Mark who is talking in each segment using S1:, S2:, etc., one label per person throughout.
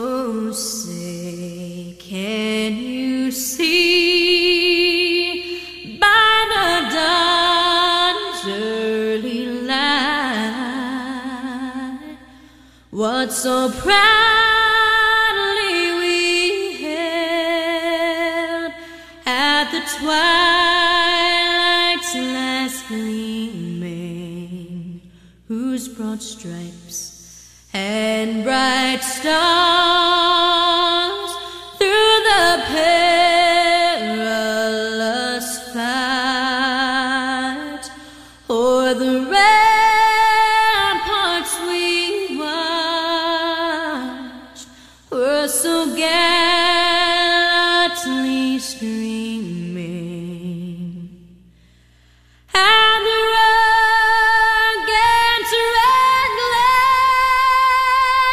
S1: Oh, say, can you see by the dawn's early light what so proudly we hailed at the twilight's last gleaming, whose broad stripes and bright stars through the perilous fight o'er the ramparts we watched were so gallantly streaming. And the rugged's red glare,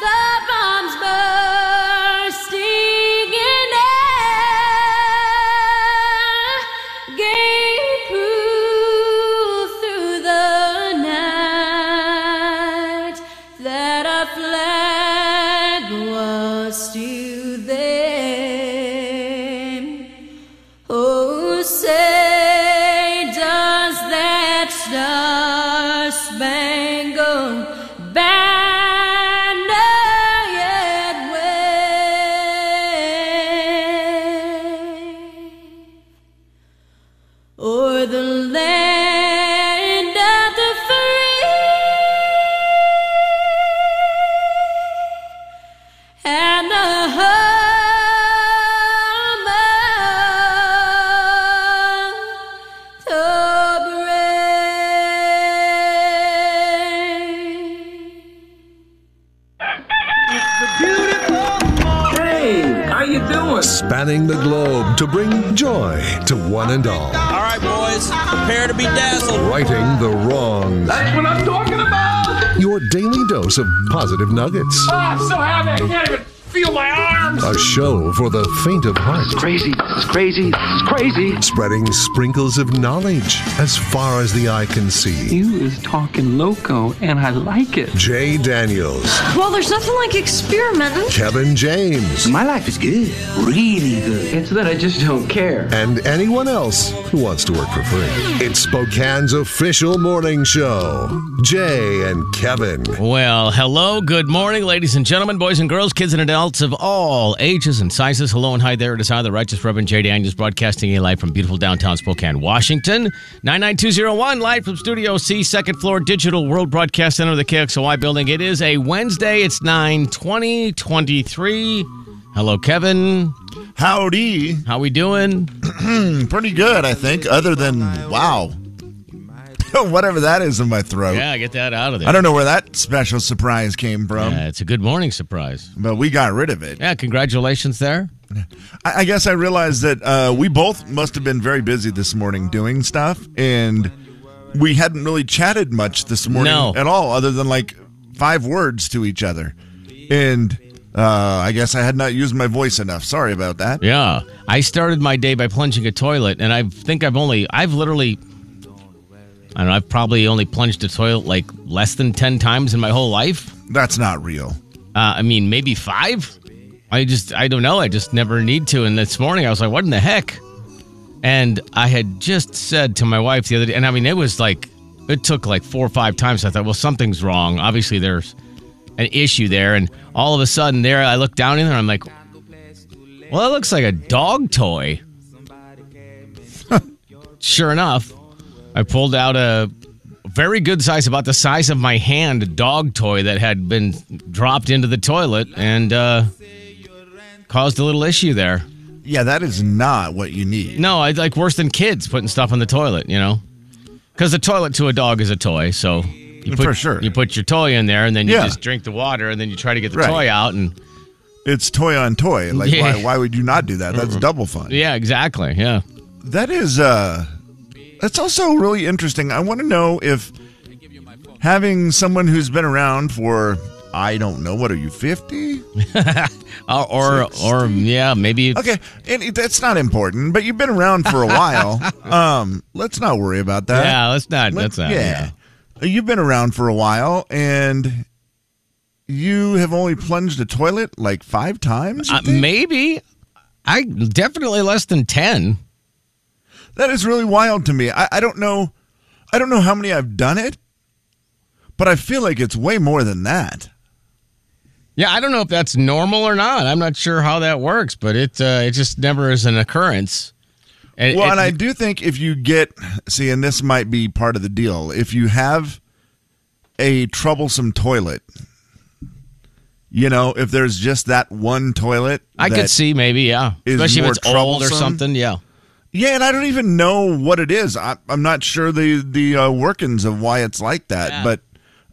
S1: the bombs bursting in air, gave proof through the night that our flag was still there. Oh, say does that star-spangled banner yet wave? O'er the land of the free and the home of the brave.
S2: Hey, how you doing?
S3: Spanning the globe to bring joy to one and all.
S4: All right, boys, prepare to be dazzled.
S3: Righting the wrongs.
S2: That's what I'm talking about.
S3: Your daily dose of positive nuggets.
S2: Ah, I'm so happy. I can't even feel my arms.
S3: A show for the faint of heart.
S5: crazy. It's crazy. It's crazy.
S3: Spreading sprinkles of knowledge as far as the eye can see.
S6: You is talking loco, and I like it.
S3: Jay Daniels,
S7: Well, there's nothing like experimenting.
S3: Kevin James,
S5: My life is good. Really good.
S6: It's that I just don't care.
S3: and anyone else who wants to work for free. It's Spokane's official morning show. Jay and Kevin.
S8: Well, hello, good morning, ladies and gentlemen, boys and girls, kids and adults of all ages and sizes. Hello and hi there. It is I, the Righteous Reverend J. Daniels, broadcasting a live from beautiful downtown Spokane, Washington. 99201, live from Studio C, second floor, Digital World Broadcast Center of the KXOY building. It is a Wednesday. It's 92023. Hello, Kevin.
S9: Howdy.
S8: How we doing?
S9: Pretty good, I think, other than wow. Whatever that is in my throat.
S8: Yeah, get that out of there.
S9: I don't know where that special surprise came from,
S8: Yeah, it's a good morning surprise.
S9: but we got rid of it.
S8: Yeah, congratulations there.
S9: I, I guess I realized that uh, we both must have been very busy this morning doing stuff, and we hadn't really chatted much this morning
S8: No.
S9: at all, other than like five words to each other. And uh, I guess I had not used my voice enough. Sorry about that.
S8: Yeah. I started my day by plunging a toilet, and I think I've only, I've literally, I don't know, I've probably only plunged a toilet like less than 10 times in my whole life.
S9: That's not real.
S8: Uh, I mean, maybe five. I just, I don't know. I just never need to. And this morning I was like, what in the heck? And I had just said to my wife the other day, and I mean, it was like, it took like four or five times. I thought, well, something's wrong. Obviously, there's an issue there. And all of a sudden, there, I look down in there and I'm like, well, that looks like a dog toy. sure enough, I pulled out a very good size, about the size of my hand, dog toy that had been dropped into the toilet and uh, caused a little issue there.
S9: Yeah, that is not what you need.
S8: No, I like worse than kids putting stuff on the toilet, you know? Because the toilet to a dog is a toy, so you put,
S9: For sure.
S8: you put your toy in there and then you
S9: Yeah.
S8: just drink the water and then you try to get the
S9: Right.
S8: toy out and
S9: It's toy on toy. Like,
S8: Yeah.
S9: why, why would you not do that? That's double fun.
S8: yeah, exactly, yeah.
S9: That is uh that's also really interesting. I want to know if having someone who's been around for I don't know, what are you 50?
S8: Or Uh, or, or yeah, maybe
S9: Okay, and it, that's not important, but you've been around for a while. um, let's not worry about that.
S8: yeah. Let's not.
S9: Let-
S8: Let's not. Yeah.
S9: yeah. You've been around for a while and you have only plunged a toilet like five times? you
S8: Uh,
S9: think?
S8: maybe. I definitely less than 10.
S9: That is really wild to me. I, I don't know. I don't know how many I've done it, but I feel like it's way more than that.
S8: Yeah, I don't know if that's normal or not. I'm not sure how that works, but it uh, it just never is an occurrence. And
S9: Well,
S8: it-
S9: and I do think if you get, see, and this might be part of the deal, if you have a troublesome toilet, you know, if there's just that one toilet,
S8: I
S9: that-
S8: could see maybe, yeah,
S9: is
S8: especially if
S9: more
S8: it's old or
S9: troublesome.
S8: something. Yeah,
S9: Yeah, and I don't even know what it is. I, I'm not sure the the uh, workings of why it's like that,
S8: Yeah.
S9: but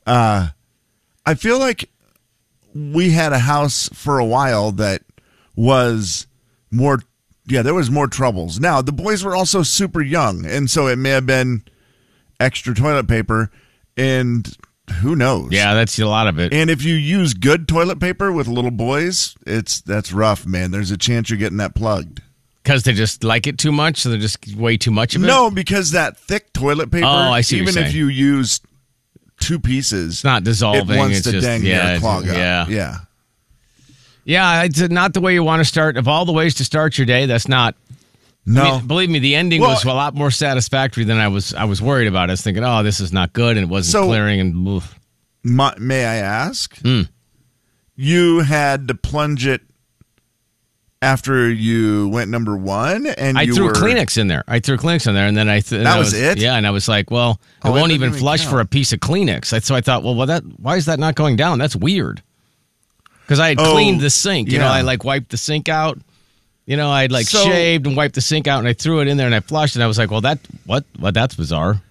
S9: uh, I feel like we had a house for a while that was more. Yeah, there was more troubles. Now the boys were also super young, and so it may have been extra toilet paper, and who knows?
S8: yeah, that's a lot of it.
S9: And if you use good toilet paper with little boys, it's that's rough, man. There's a chance you're getting that plugged.
S8: Because they just like it too much, so they're just way too much of it.
S9: No, because that thick toilet paper.
S8: Oh, I see what
S9: Even
S8: you're
S9: if
S8: saying.
S9: you use two pieces,
S8: it's not dissolving.
S9: It wants
S8: it's
S9: to
S8: just
S9: dang
S8: yeah,
S9: near
S8: it's-
S9: clog up.
S8: yeah,
S9: yeah.
S8: yeah. It's not the way you want to start. Of all the ways to start your day, that's not.
S9: No,
S8: I mean, believe me, the ending
S9: Well-
S8: was a lot more satisfactory than I was. I was worried about. I was thinking, oh, this is not good, and it wasn't
S9: So-
S8: clearing. And oof.
S9: My, may I ask?
S8: Hmm.
S9: You had to plunge it after you went number one, and
S8: I
S9: you
S8: threw
S9: were,
S8: Kleenex in there. I threw Kleenex in there, and then I th- and
S9: That
S8: I
S9: was it?
S8: Yeah, and I was like, well,
S9: Oh,
S8: it
S9: that
S8: won't
S9: doesn't
S8: even
S9: even
S8: flush
S9: count.
S8: for a piece of Kleenex. I- So I thought, well, well, that why is that not going down? That's weird. Because I had
S9: Oh,
S8: cleaned the sink. You know,
S9: yeah.
S8: I like wiped the sink out. You know, I had like
S9: So-
S8: shaved and wiped the sink out, and I threw it in there, and I flushed, and I was like, well, that what what that's bizarre.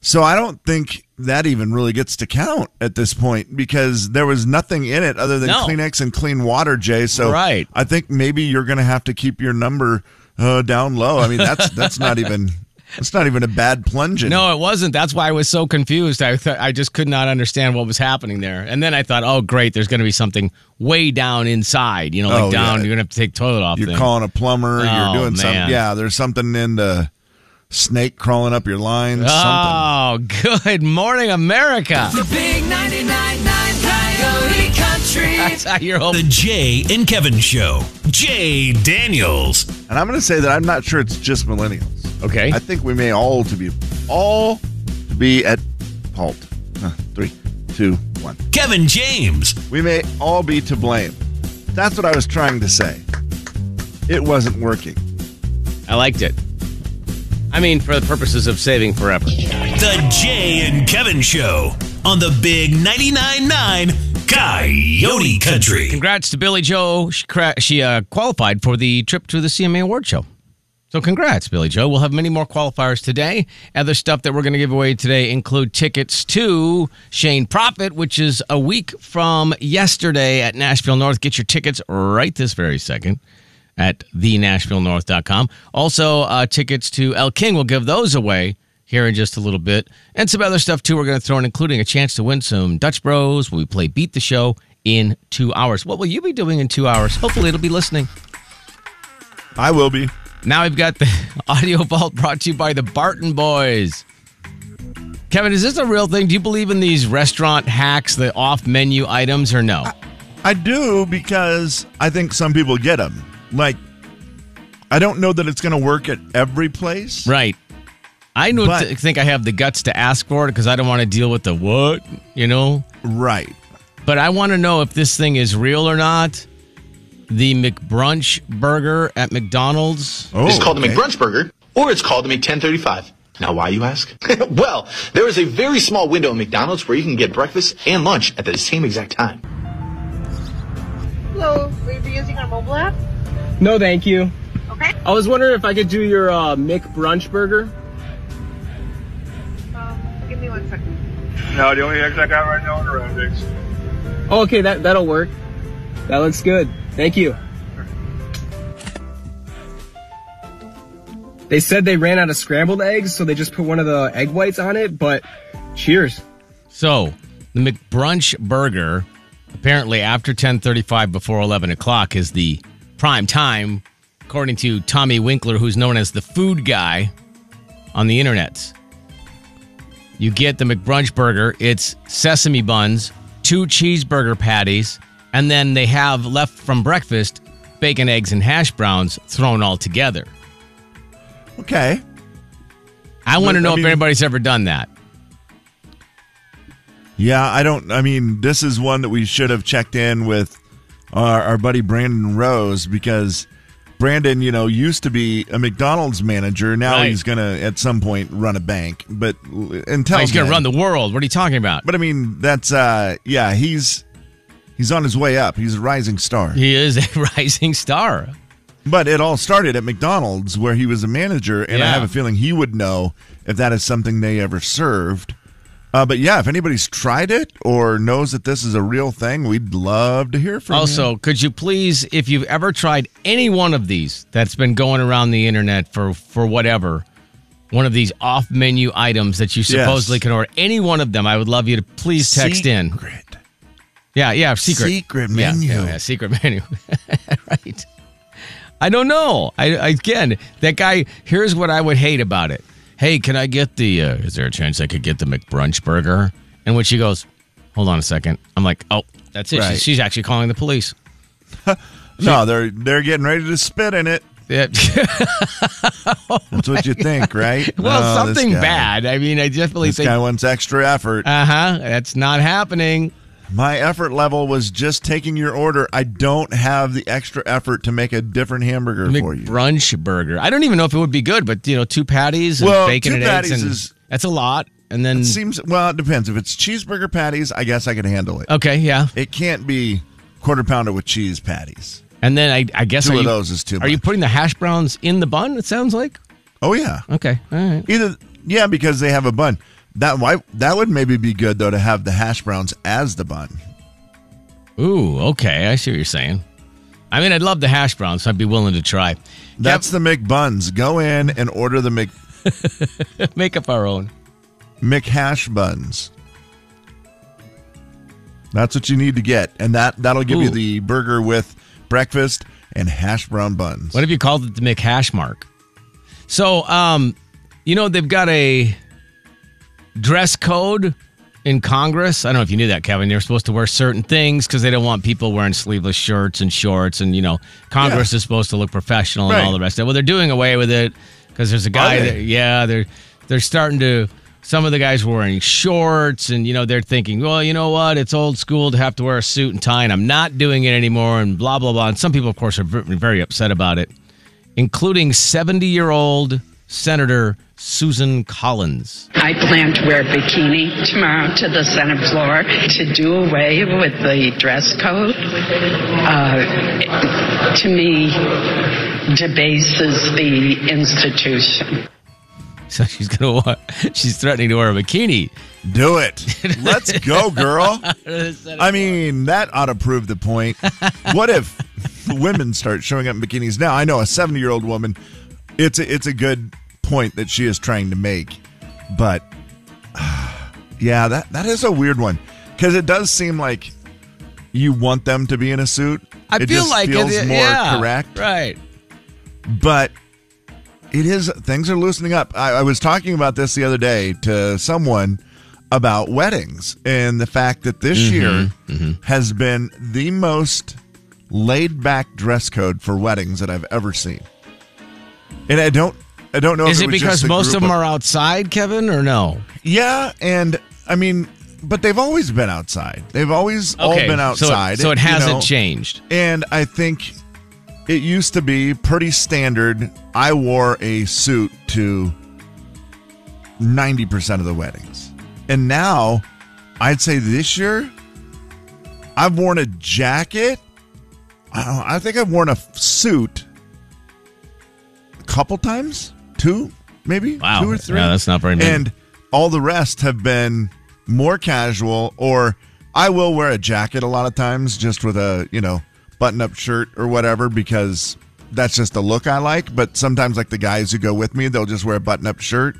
S9: So I don't think that even really gets to count at this point because there was nothing in it other than
S8: No.
S9: Kleenex and clean water, Jay. So
S8: Right.
S9: I think maybe you're going to have to keep your number uh, down low. I mean, that's that's not even that's not even a bad plunge. in.
S8: No, it wasn't. That's why I was so confused. I th- I just could not understand what was happening there. And then I thought, oh, great, there's going to be something way down inside. You know, like
S9: Oh, yeah.
S8: down. You're going to have to take toilet off.
S9: you're
S8: thing.
S9: calling a plumber.
S8: Oh,
S9: you're doing
S8: man.
S9: something. Yeah, there's something in the snake crawling up your line. something.
S8: Oh, good morning, America.
S1: Big 99.9 Coyote Country.
S8: That's how you're hoping.
S10: The Jay and Kevin Show. Jay Daniels.
S9: And I'm going to say that I'm not sure it's just millennials.
S8: Okay.
S9: I think we may all to be all to be at halt. Huh, three, two, one.
S10: Kevin James.
S9: We may all be to blame. That's what I was trying to say. It wasn't working.
S8: I liked it. I mean, for the purposes of saving forever.
S10: The Jay and Kevin Show on the Big 99.9 9 Coyote Country.
S8: Congrats to Billy Joe. She, cra- she uh, qualified for the trip to the CMA Award Show. So congrats, Billy Joe. We'll have many more qualifiers today. Other stuff that we're going to give away today include tickets to Shane Profit, which is a week from yesterday at Nashville North. Get your tickets right this very second at thenashvillenorth.com. Also, uh, tickets to El King. We'll give those away here in just a little bit. And some other stuff, too, we're going to throw in, including a chance to win some Dutch Bros. We play Beat the Show in two hours. What will you be doing in two hours? Hopefully, it'll be listening.
S9: I will be.
S8: Now I've got the audio vault brought to you by the Barton Boys. Kevin, is this a real thing? Do you believe in these restaurant hacks, the off menu items, or no?
S9: I do because I think some people get them. Like, I don't know that it's going to work at every place.
S8: Right. I don't
S9: But-
S8: th- think I have the guts to ask for it because I don't want to deal with the what, you know?
S9: Right.
S8: But I want to know if this thing is real or not. The McBrunch burger at McDonald's.
S9: Oh,
S11: It's called the
S9: okay.
S11: McBrunch burger, or it's called the McTen35. Now, why you ask? well, there is a very small window at McDonald's where you can get breakfast and lunch at the same exact time.
S7: Hello, we're using our mobile app.
S2: No, thank you.
S7: Okay.
S2: I was wondering if I could do your uh, Mick brunch burger.
S7: Um, give me one second.
S2: No, the only eggs I got right now are round eggs. Oh, okay, that that'll work. That looks good. Thank you. They said they ran out of scrambled eggs, so they just put one of the egg whites on it. But cheers.
S8: So the McBrunch burger, apparently after ten thirty-five, before eleven o'clock, is the prime time, according to Tommy Winkler, who's known as the food guy on the internet. You get the McBrunch burger. It's sesame buns, two cheeseburger patties, and then they have left from breakfast bacon, eggs, and hash browns thrown all together.
S9: Okay.
S8: I want to
S9: I
S8: know
S9: mean-
S8: if anybody's ever done that.
S9: Yeah, I don't. I mean, this is one that we should have checked in with our, our buddy Brandon Rose because Brandon, you know, used to be a McDonald's manager. Now
S8: Right.
S9: he's gonna at some point run a bank, but l- until
S8: he's gonna
S9: then-
S8: run the world. What are you talking about?
S9: Oh, But I mean, that's uh, yeah, he's he's on his way up. He's a rising star.
S8: He is a rising star.
S9: But it all started at McDonald's where he was a manager, and I
S8: Yeah.
S9: have a feeling he would know if that is something they ever served. Uh, but yeah, if anybody's tried it or knows that this is a real thing, we'd love to hear from you.
S8: Also, could you please, if you've ever tried any one of these that's been going around the internet for for whatever, one of these off menu items that you
S9: Yes.
S8: supposedly can order, any one of them, I would love you to please text in. Yeah, yeah, secret.
S9: Secret
S8: Yeah,
S9: menu.
S8: Yeah, yeah, secret menu. right. I don't know. I I- again, that guy. Here's what I would hate about it. Hey, can I get the? Uh, is there a chance I could get the McBrunch burger? And when she goes, hold on a second. I'm like, oh, that's it. She-
S9: Right.
S8: she's actually calling the police.
S9: No, they're they're getting ready to spit in it.
S8: Yeah.
S9: That's what you think, right?
S8: well,
S9: Oh, this
S8: something
S9: guy.
S8: bad. I mean, I definitely
S9: This
S8: think.
S9: guy wants extra effort.
S8: Uh huh. That's not happening.
S9: My effort level was just taking your order. I don't have the extra effort to make a different hamburger for you.
S8: McBrunch burger. I don't even know if it would be good, but you know, two patties and
S9: Well,
S8: bacon
S9: two
S8: and
S9: patties
S8: eggs, and
S9: is-
S8: that's a lot. And then
S9: Seems well, it depends. If it's cheeseburger patties, I guess I can handle it.
S8: okay, yeah.
S9: It can't be quarter pounder with cheese patties.
S8: And then I, I guess
S9: Two
S8: are
S9: of
S8: you-
S9: those is too
S8: Are you
S9: much.
S8: putting the hash browns in the bun? It sounds like.
S9: Oh yeah,
S8: Okay. All right.
S9: either yeah because they have a bun. That why that would maybe be good though to have the hash browns as the bun.
S8: Ooh. Okay. I see what you're saying. I mean, I'd love the hash browns. So I'd be willing to try.
S9: That's the McBuns. Go in and order the Mc
S8: Make up our own.
S9: McHash buns. That's what you need to get, and that that'll give you
S8: Ooh.
S9: the burger with breakfast and hash brown buns.
S8: What if you called it the McHash mark? So, um, you know, they've got a dress code in Congress. I don't know if you knew that, Kevin. They're supposed to wear certain things because they don't want people wearing sleeveless shirts and shorts. And, you know, Congress is supposed to look professional and all
S9: Right.
S8: the rest of it. Well, they're doing away with it because there's a guy
S9: they?
S8: that, yeah, they're, they're starting to. Some of the guys were wearing shorts, and you know they're thinking, well, you know what? It's old school to have to wear a suit and tie, and I'm not doing it anymore, and blah blah blah. And some people, of course, are v- very upset about it including 70 year old Senator Susan Collins.
S12: I plan to wear a bikini tomorrow to the Senate floor to do away with the dress code. Uh, to me, debases the institution.
S8: So she's gonna wa- she's threatening to wear a bikini.
S9: Do it. Let's go, girl. I mean, that ought to prove the point. What if women start showing up in bikinis now? I know a 70 year old woman. It's a, it's a good point that she is trying to make, but yeah, that that is a weird one because it does seem like you want them to be in a suit.
S8: I
S9: it
S8: feel
S9: just
S8: like
S9: feels
S8: it,
S9: more
S8: yeah,
S9: correct
S8: Right.
S9: but it is things are loosening up. I, I was talking about this the other day to someone about weddings and the fact that this
S8: Mm-hmm,
S9: year has been the most laid back dress code for weddings that I've ever seen. And I don't I don't know
S8: Is
S9: if
S8: it
S9: was
S8: because
S9: just the
S8: most of
S9: group
S8: them are outside, Kevin, or no?
S9: Yeah, and I mean but they've always been outside. They've always all been
S8: so it-
S9: outside.
S8: So, it
S9: you
S8: hasn't
S9: know.
S8: changed.
S9: And I think it used to be pretty standard. I wore a suit to 90% of the weddings. And now, I'd say this year, I've worn a jacket. I, don't, I think I've worn a f- suit a couple times, two maybe,
S8: Wow.
S9: two or three.
S8: Yeah, that's not very many.
S9: And all the rest have been more casual, or I will wear a jacket a lot of times just with a, you know, button up shirt or whatever because that's just the look I like. But sometimes, like the guys who go with me, they'll just wear a button up shirt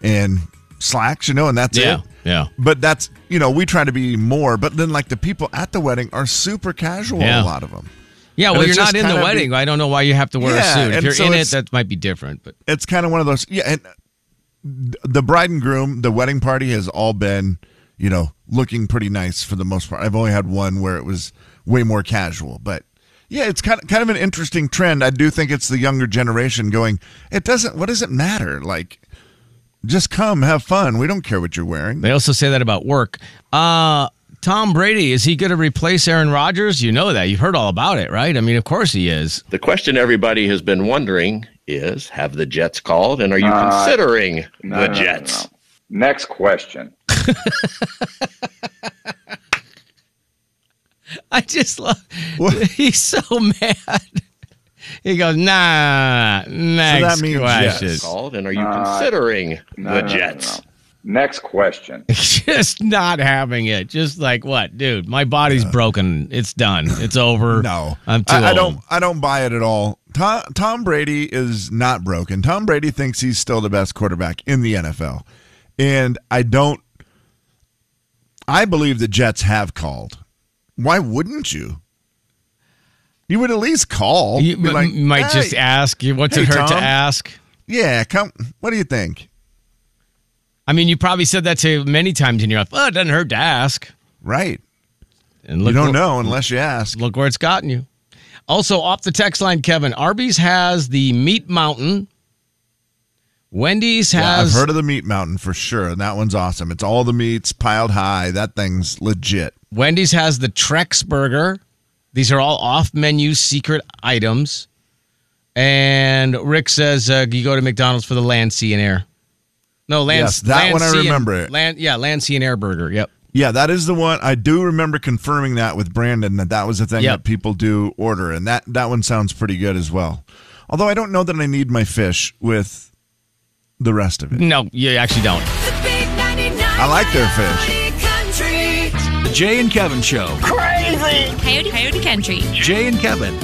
S9: and slacks, you know, and that's
S8: yeah.
S9: it.
S8: Yeah.
S9: But that's, you know, we try to be more, but then like the people at the wedding are super casual,
S8: Yeah.
S9: a lot of them.
S8: Yeah,
S9: And
S8: well,
S9: it's
S8: you're not
S9: just
S8: in the
S9: kinda
S8: wedding.
S9: be-
S8: I don't know why you have to wear
S9: Yeah,
S8: a suit. If
S9: and
S8: you're
S9: so
S8: in it,
S9: it's-
S8: that might be different. But
S9: it's kind of one of those yeah and the bride and groom the wedding party has all been you know, looking pretty nice for the most part. I've only had one where it was way more casual, but yeah, it's kind of, kind of an interesting trend. I do think it's the younger generation going, it doesn't, what does it matter? Like, just come have fun. We don't care what you're wearing.
S8: They also say that about work. Uh, Tom Brady, is he going to replace Aaron Rodgers? You know that. You've heard all about it, right? I mean, of course he is.
S13: The question everybody has been wondering is have the Jets called and are you
S14: No, I-
S13: considering
S14: no,
S13: the
S14: no, no,
S13: Jets?
S14: Next question.
S8: I just love. He's so mad. He goes, nah. Next question.
S13: called and are you
S8: No, I-
S13: considering
S8: no,
S13: the
S8: no, no,
S13: Jets?
S14: Next question.
S8: just not having it. Just like what, dude? My body's broken. It's done. It's over.
S9: No,
S8: I'm too
S9: I, I
S8: old.
S9: don't. I don't buy it at all. Tom, Tom Brady is not broken. Tom Brady thinks he's still the best quarterback in the NFL, and I don't. I believe the Jets have called. Why wouldn't you? You would at least call.
S8: You
S9: Be
S8: m-
S9: like,
S8: might
S9: "Hey,
S8: just ask. You What's it
S9: hey,
S8: hurt to
S9: Tom."
S8: ask?
S9: Yeah, come. What do you think?
S8: I mean, you probably said that to many times in your life. Oh, it doesn't hurt to ask.
S9: Right.
S8: And
S9: You
S8: look
S9: don't
S8: wh-
S9: know unless you ask.
S8: Look where it's gotten you. Also, off the text line, Kevin, Arby's has the Meat Mountain. Wendy's has.
S9: Yeah, I've heard of the Meat Mountain for sure, and that one's awesome. It's all the meats piled high. That thing's legit.
S8: Wendy's has the Trex burger. These are all off menu secret items. And Rick says uh, you go to McDonald's for the land, sea, and air. No, land.
S9: Yes, that
S8: land,
S9: one I
S8: sea, and-
S9: remember it.
S8: land, yeah, land, sea, and air burger. Yep.
S9: Yeah, that is the one. I do remember confirming that with Brandon that that was a thing
S8: Yep.
S9: that people do order, and that that one sounds pretty good as well. Although I don't know that I need my fish with the rest of it.
S8: No, you actually don't.
S9: I like their fish.
S10: The Jay and Kevin Show.
S15: Crazy. Coyote, Coyote Country.
S10: Jay and Kevin.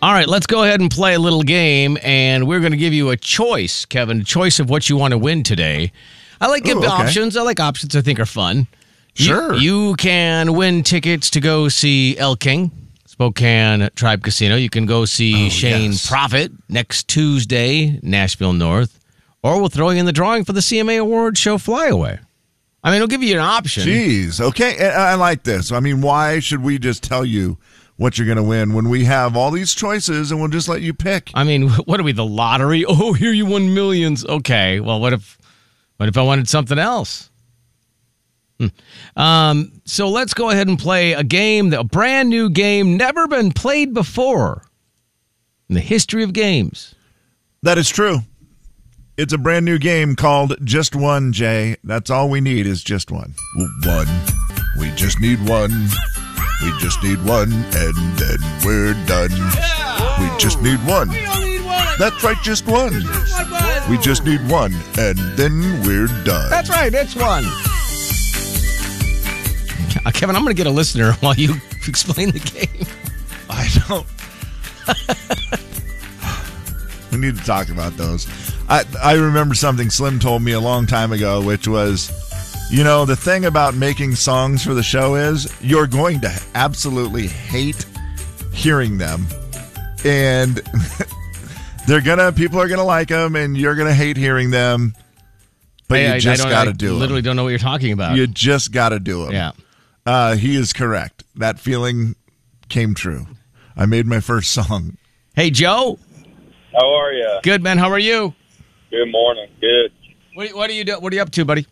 S8: All right, let's go ahead and play a little game, and we're going to give you a choice, Kevin, a choice of what you want to win today. I like giving
S16: Ooh, okay.
S8: options. I like options. I think are fun. You-
S16: Sure.
S8: You, can win tickets to go see El King, Spokane Tribe Casino. You can go
S16: Oh,
S8: see Shane Prophet next Tuesday, Nashville North, or we'll throw you in the drawing for the CMA Award show flyaway. I mean, it'll give you an option.
S9: Jeez. Okay, I I like this. I mean, why should we just tell you what you're going to win when we have all these choices and we'll just let you pick?
S8: I mean, what are we, the lottery? Oh, here you won millions. Okay. Well, what if what if I wanted something else? Hmm. Um, so let's go ahead and play a game, that- a brand new game, never been played before in the history of games.
S9: That is true. It's a brand new game called Just One, Jay. That's all we need is just one. One. We just need one. We just need one, and then we're done. We just need one. That's right, just one. We just need one, and then we're done.
S8: That's right, it's one. Uh, Kevin, I'm going to get a listener while you explain the game.
S9: I don't. We need to talk about those. I I remember something Slim told me a long time ago, which was, you know, the thing about making songs for the show is you're going to absolutely hate hearing them, and they're gonna people are gonna like them, and you're gonna hate hearing them. But
S8: Hey,
S9: you
S8: I- I
S9: just
S8: don't-
S9: got
S8: I
S9: to do it.
S8: Literally, don't know what you're talking about.
S9: You just got to do it. Yeah. Uh, he is correct. That feeling came true. I made my first song.
S8: Hey, Joe.
S17: How are you?
S8: Good man. How are you?
S17: Good morning. Good.
S8: What, what are you do- What are you up to, buddy?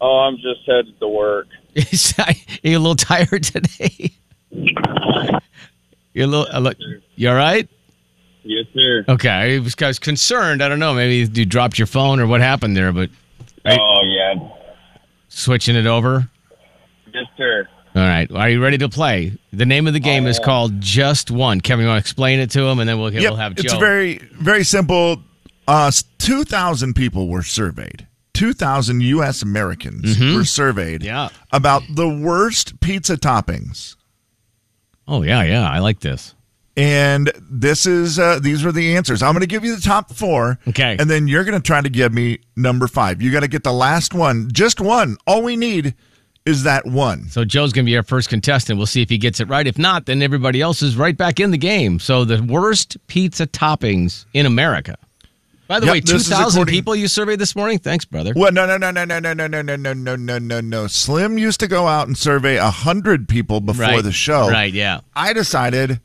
S17: Oh, I'm just headed to work.
S8: Are you a little tired today? You're a little. a li- you all right?
S17: Yes, sir.
S8: Okay, I was, I was concerned. I don't know. Maybe you dropped your phone or what happened there, but
S17: Oh yeah.
S8: switching it over.
S17: Yes, sir. Oh.
S8: All right. Are you ready to play? The name of the game is called Just One. Kevin, you want to explain it to him, and then we'll, we'll have Joe.
S9: it's very very simple. Uh, two thousand people were surveyed. Two thousand U.S. Americans
S8: Mm-hmm.
S9: were surveyed. Yeah. about the worst pizza toppings.
S8: Oh yeah, yeah. I like this.
S9: And this is uh, these are the answers. I'm going to give you the top four. Okay. And then you're going to try to give me number five. You got to get the last one, just one. All we need is that one.
S8: So Joe's going to be our first contestant. We'll see if he gets it right. If not, then everybody else is right back in the game. So the worst pizza toppings in America. By the
S9: Yep,
S8: way,
S9: this is
S8: 2,000
S9: according-
S8: people you surveyed this morning? Thanks, brother.
S9: Well, no, no, no, no, no, no, no, no, no, no, no, no, no, no. Slim used to go out and survey a hundred people before
S8: Right.
S9: the show.
S8: Right, yeah.
S9: I decided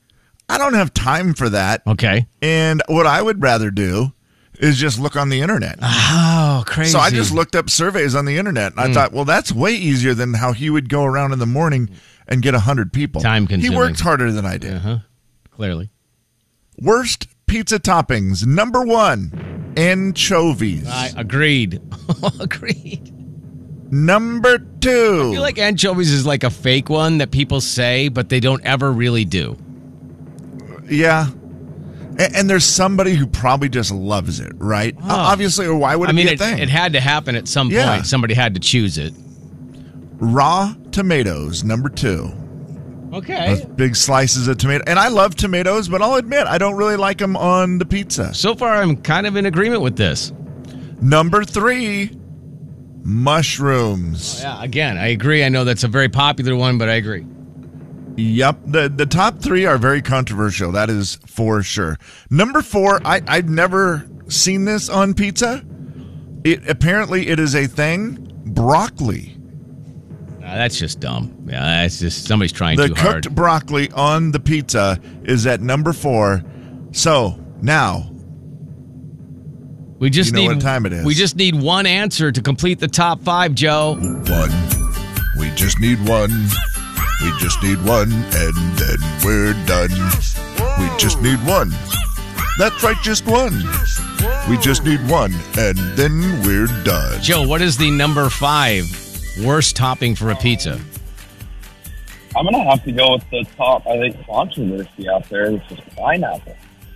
S9: I don't have time for that.
S8: Okay.
S9: And what I would rather do is just look on the internet.
S8: Oh, crazy.
S9: So I just looked up surveys on the internet, and I
S8: Mm.
S9: thought, well, that's way easier than how he would go around in the morning and get hundred people.
S8: Time consuming.
S9: He worked harder than I did.
S8: Uh-huh. Clearly.
S9: Worst pizza toppings. Number one, anchovies.
S8: I agreed. agreed.
S9: Number two.
S8: I feel like anchovies is like a fake one that people say, but they don't ever really do.
S9: Yeah. And, and there's somebody who probably just loves it, right? O- Obviously, or why would
S8: I
S9: it
S8: mean,
S9: be a
S8: it,
S9: thing?
S8: it had to happen at some
S9: Yeah.
S8: point. Somebody had to choose it.
S9: Raw tomatoes, number two.
S8: Okay.
S9: Those big slices of tomato. And I love tomatoes, but I'll admit, I don't really like them on the pizza.
S8: So far, I'm kind of in agreement with this.
S9: Number three, mushrooms.
S8: Oh, Yeah, again, I agree. I know that's a very popular one, but I agree.
S9: Yep. The the top three are very controversial. That is for sure. Number four, I, I've never seen this on pizza. It apparently it is a thing. Broccoli.
S8: Nah, that's just dumb. Yeah, that's just somebody's trying
S9: The
S8: too
S9: cooked
S8: hard.
S9: broccoli on the pizza is at number four. So now
S8: We just
S9: you know
S8: need
S9: what time it is.
S8: We just need one answer to complete the top five, Joe.
S3: One. We just need one. We just need one, and then we're done.
S9: we just need one. That's right, just one. We just need one, and then we're done.
S8: Joe, what is the number five worst topping for a pizza?
S17: I'm gonna have to go with the top. I think controversy out there, which is pineapple.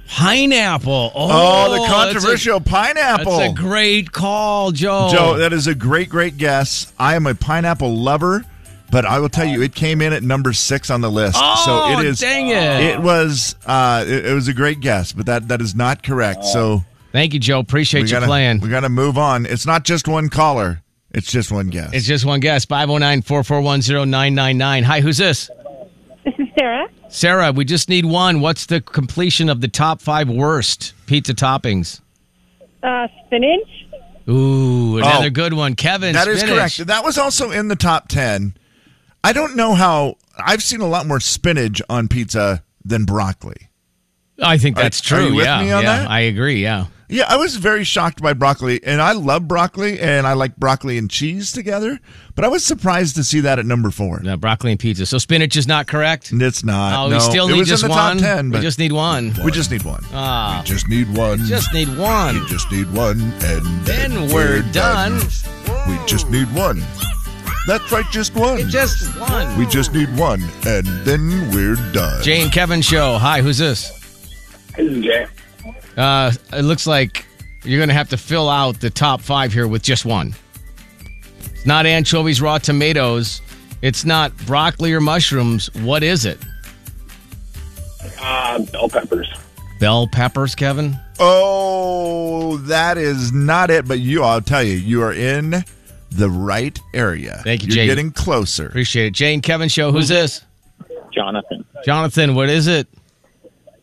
S8: Pineapple. Oh,
S9: Oh, the
S8: that's a- oh.
S9: controversial pineapple.
S8: That's a great call, Joe.
S9: Joe, that is a great, great guess. I am a pineapple lover, but I will tell you, it came in at number six on the list.
S8: Oh,
S9: so it is.
S8: dang it.
S9: was. Uh, it, it was a great guess, but that that is not correct. So
S8: Thank you, Joe. Appreciate
S9: we
S8: you
S9: gotta,
S8: playing.
S9: We got to move on. It's not just one caller. It's just one guess.
S8: It's just one guess 509 441 999. Hi, who's this?
S7: This is Sarah.
S8: Sarah, we just need one. What's the completion of the top five worst pizza toppings?
S7: Uh, spinach.
S8: Ooh, another
S9: Oh.
S8: good one. Kevin,
S9: That is
S8: spinach.
S9: correct. That was also in the top 10. I don't know how I've seen a lot more spinach on pizza than broccoli.
S8: I think
S9: Are-
S8: that's
S9: are
S8: true.
S9: you with
S8: yeah,
S9: me on
S8: yeah,
S9: that?
S8: I agree. Yeah.
S9: Yeah, I was very shocked by broccoli, and I love broccoli, and I like broccoli and cheese together, but I was surprised to see that at number four.
S8: No, broccoli and pizza. So spinach is not correct.
S9: It's not.
S8: Oh,
S9: no.
S8: we still
S9: it
S8: need
S9: was
S8: just
S9: in the
S8: one.
S9: top 10, but
S8: we just need one.
S9: we just need one.
S8: Ah,
S3: Just need one.
S8: just need one.
S3: We just need one, and then,
S8: Then we're done.
S3: We just need one.
S9: That's right, just one.
S8: Just one.
S3: We just need one, and then we're done.
S8: Jay and Kevin show. Hi, who's this?
S17: This is Jay.
S8: Uh, it looks like you're gonna have to fill out the top five here with just one. It's not anchovies, raw tomatoes. It's not broccoli or mushrooms. What is it?
S17: Uh, bell peppers.
S8: Bell peppers, Kevin.
S9: Oh, that is not it, but you, I'll tell you, you are in the right area.
S8: Thank you,
S9: You're
S8: Jay.
S9: getting closer.
S8: Appreciate it. Jane Kevin show. Who's this?
S17: Mm-hmm. Jonathan,
S8: Jonathan. What is it?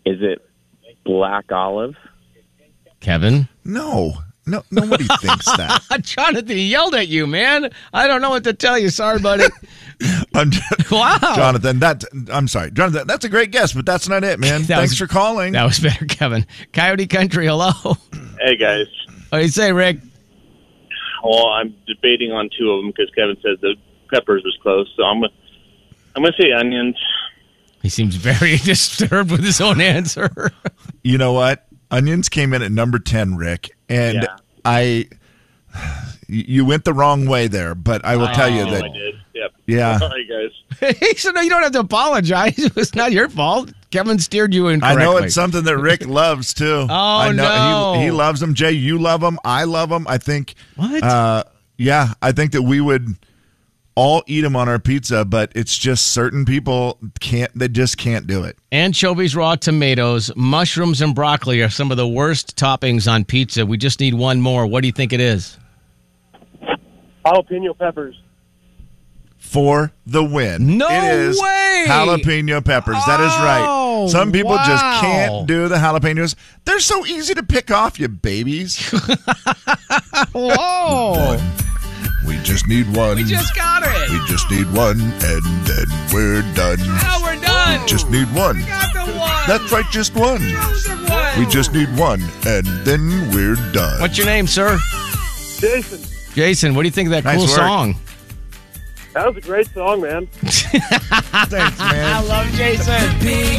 S17: is it black olive?
S8: Kevin.
S9: No, no, nobody thinks that.
S8: Jonathan yelled at you, man. I don't know what to tell you. Sorry, buddy.
S9: I'm
S8: wow.
S9: Jonathan, that I'm sorry, Jonathan. That's a great guess, but that's not it, man.
S8: That
S9: Thanks
S8: was-
S9: for calling.
S8: That was better, Kevin. Coyote Country, hello. What
S17: Hey guys.
S8: do you say, Rick?
S17: Well, I'm debating on two of them because Kevin said the peppers was close, so I'm gonna I'm gonna say onions.
S8: He seems very disturbed with his own answer.
S9: you know what? Onions came in at number ten, Rick, and
S17: Yeah.
S9: I. You went the wrong way there, but I will tell you
S17: Oh, I
S9: that.
S17: did. Yep.
S9: Yeah.
S17: Sorry, guys.
S8: he said, "No, you don't have to apologize. It's not your fault. Kevin steered you
S9: I
S8: incorrectly."
S9: know it's uh, something that Rick loves too. Oh I know,
S8: no.
S9: He, he loves them. Jay, you love them. I love them. I think.
S8: What?
S9: Uh, yeah, I think that we would all eat them on our pizza, but it's just certain people can't. They just can't do it.
S8: Anchovies, raw tomatoes, mushrooms, and broccoli are some of the worst toppings on pizza. We just need one more. What do you think it is?
S17: Jalapeno peppers.
S9: for the win.
S8: No
S9: it is
S8: way!
S9: Jalapeno peppers. that is
S8: Oh,
S9: right. Some people just
S8: wow.
S9: can't do the jalapenos. They're so easy to pick off, you babies.
S8: Whoa!
S9: we just need one.
S1: We just got it.
S9: We just need one, and then we're done.
S1: Now we're done.
S9: We just need one.
S1: Got the one.
S9: That's right, just one.
S1: Chosen one.
S9: We just need one, and then we're done.
S8: What's your name, sir?
S17: Jason,
S8: Jason, what do you think of that
S9: Nice
S8: cool
S9: work.
S8: song?
S17: that was a great song, man.
S9: Thanks, man.
S8: I love Jason.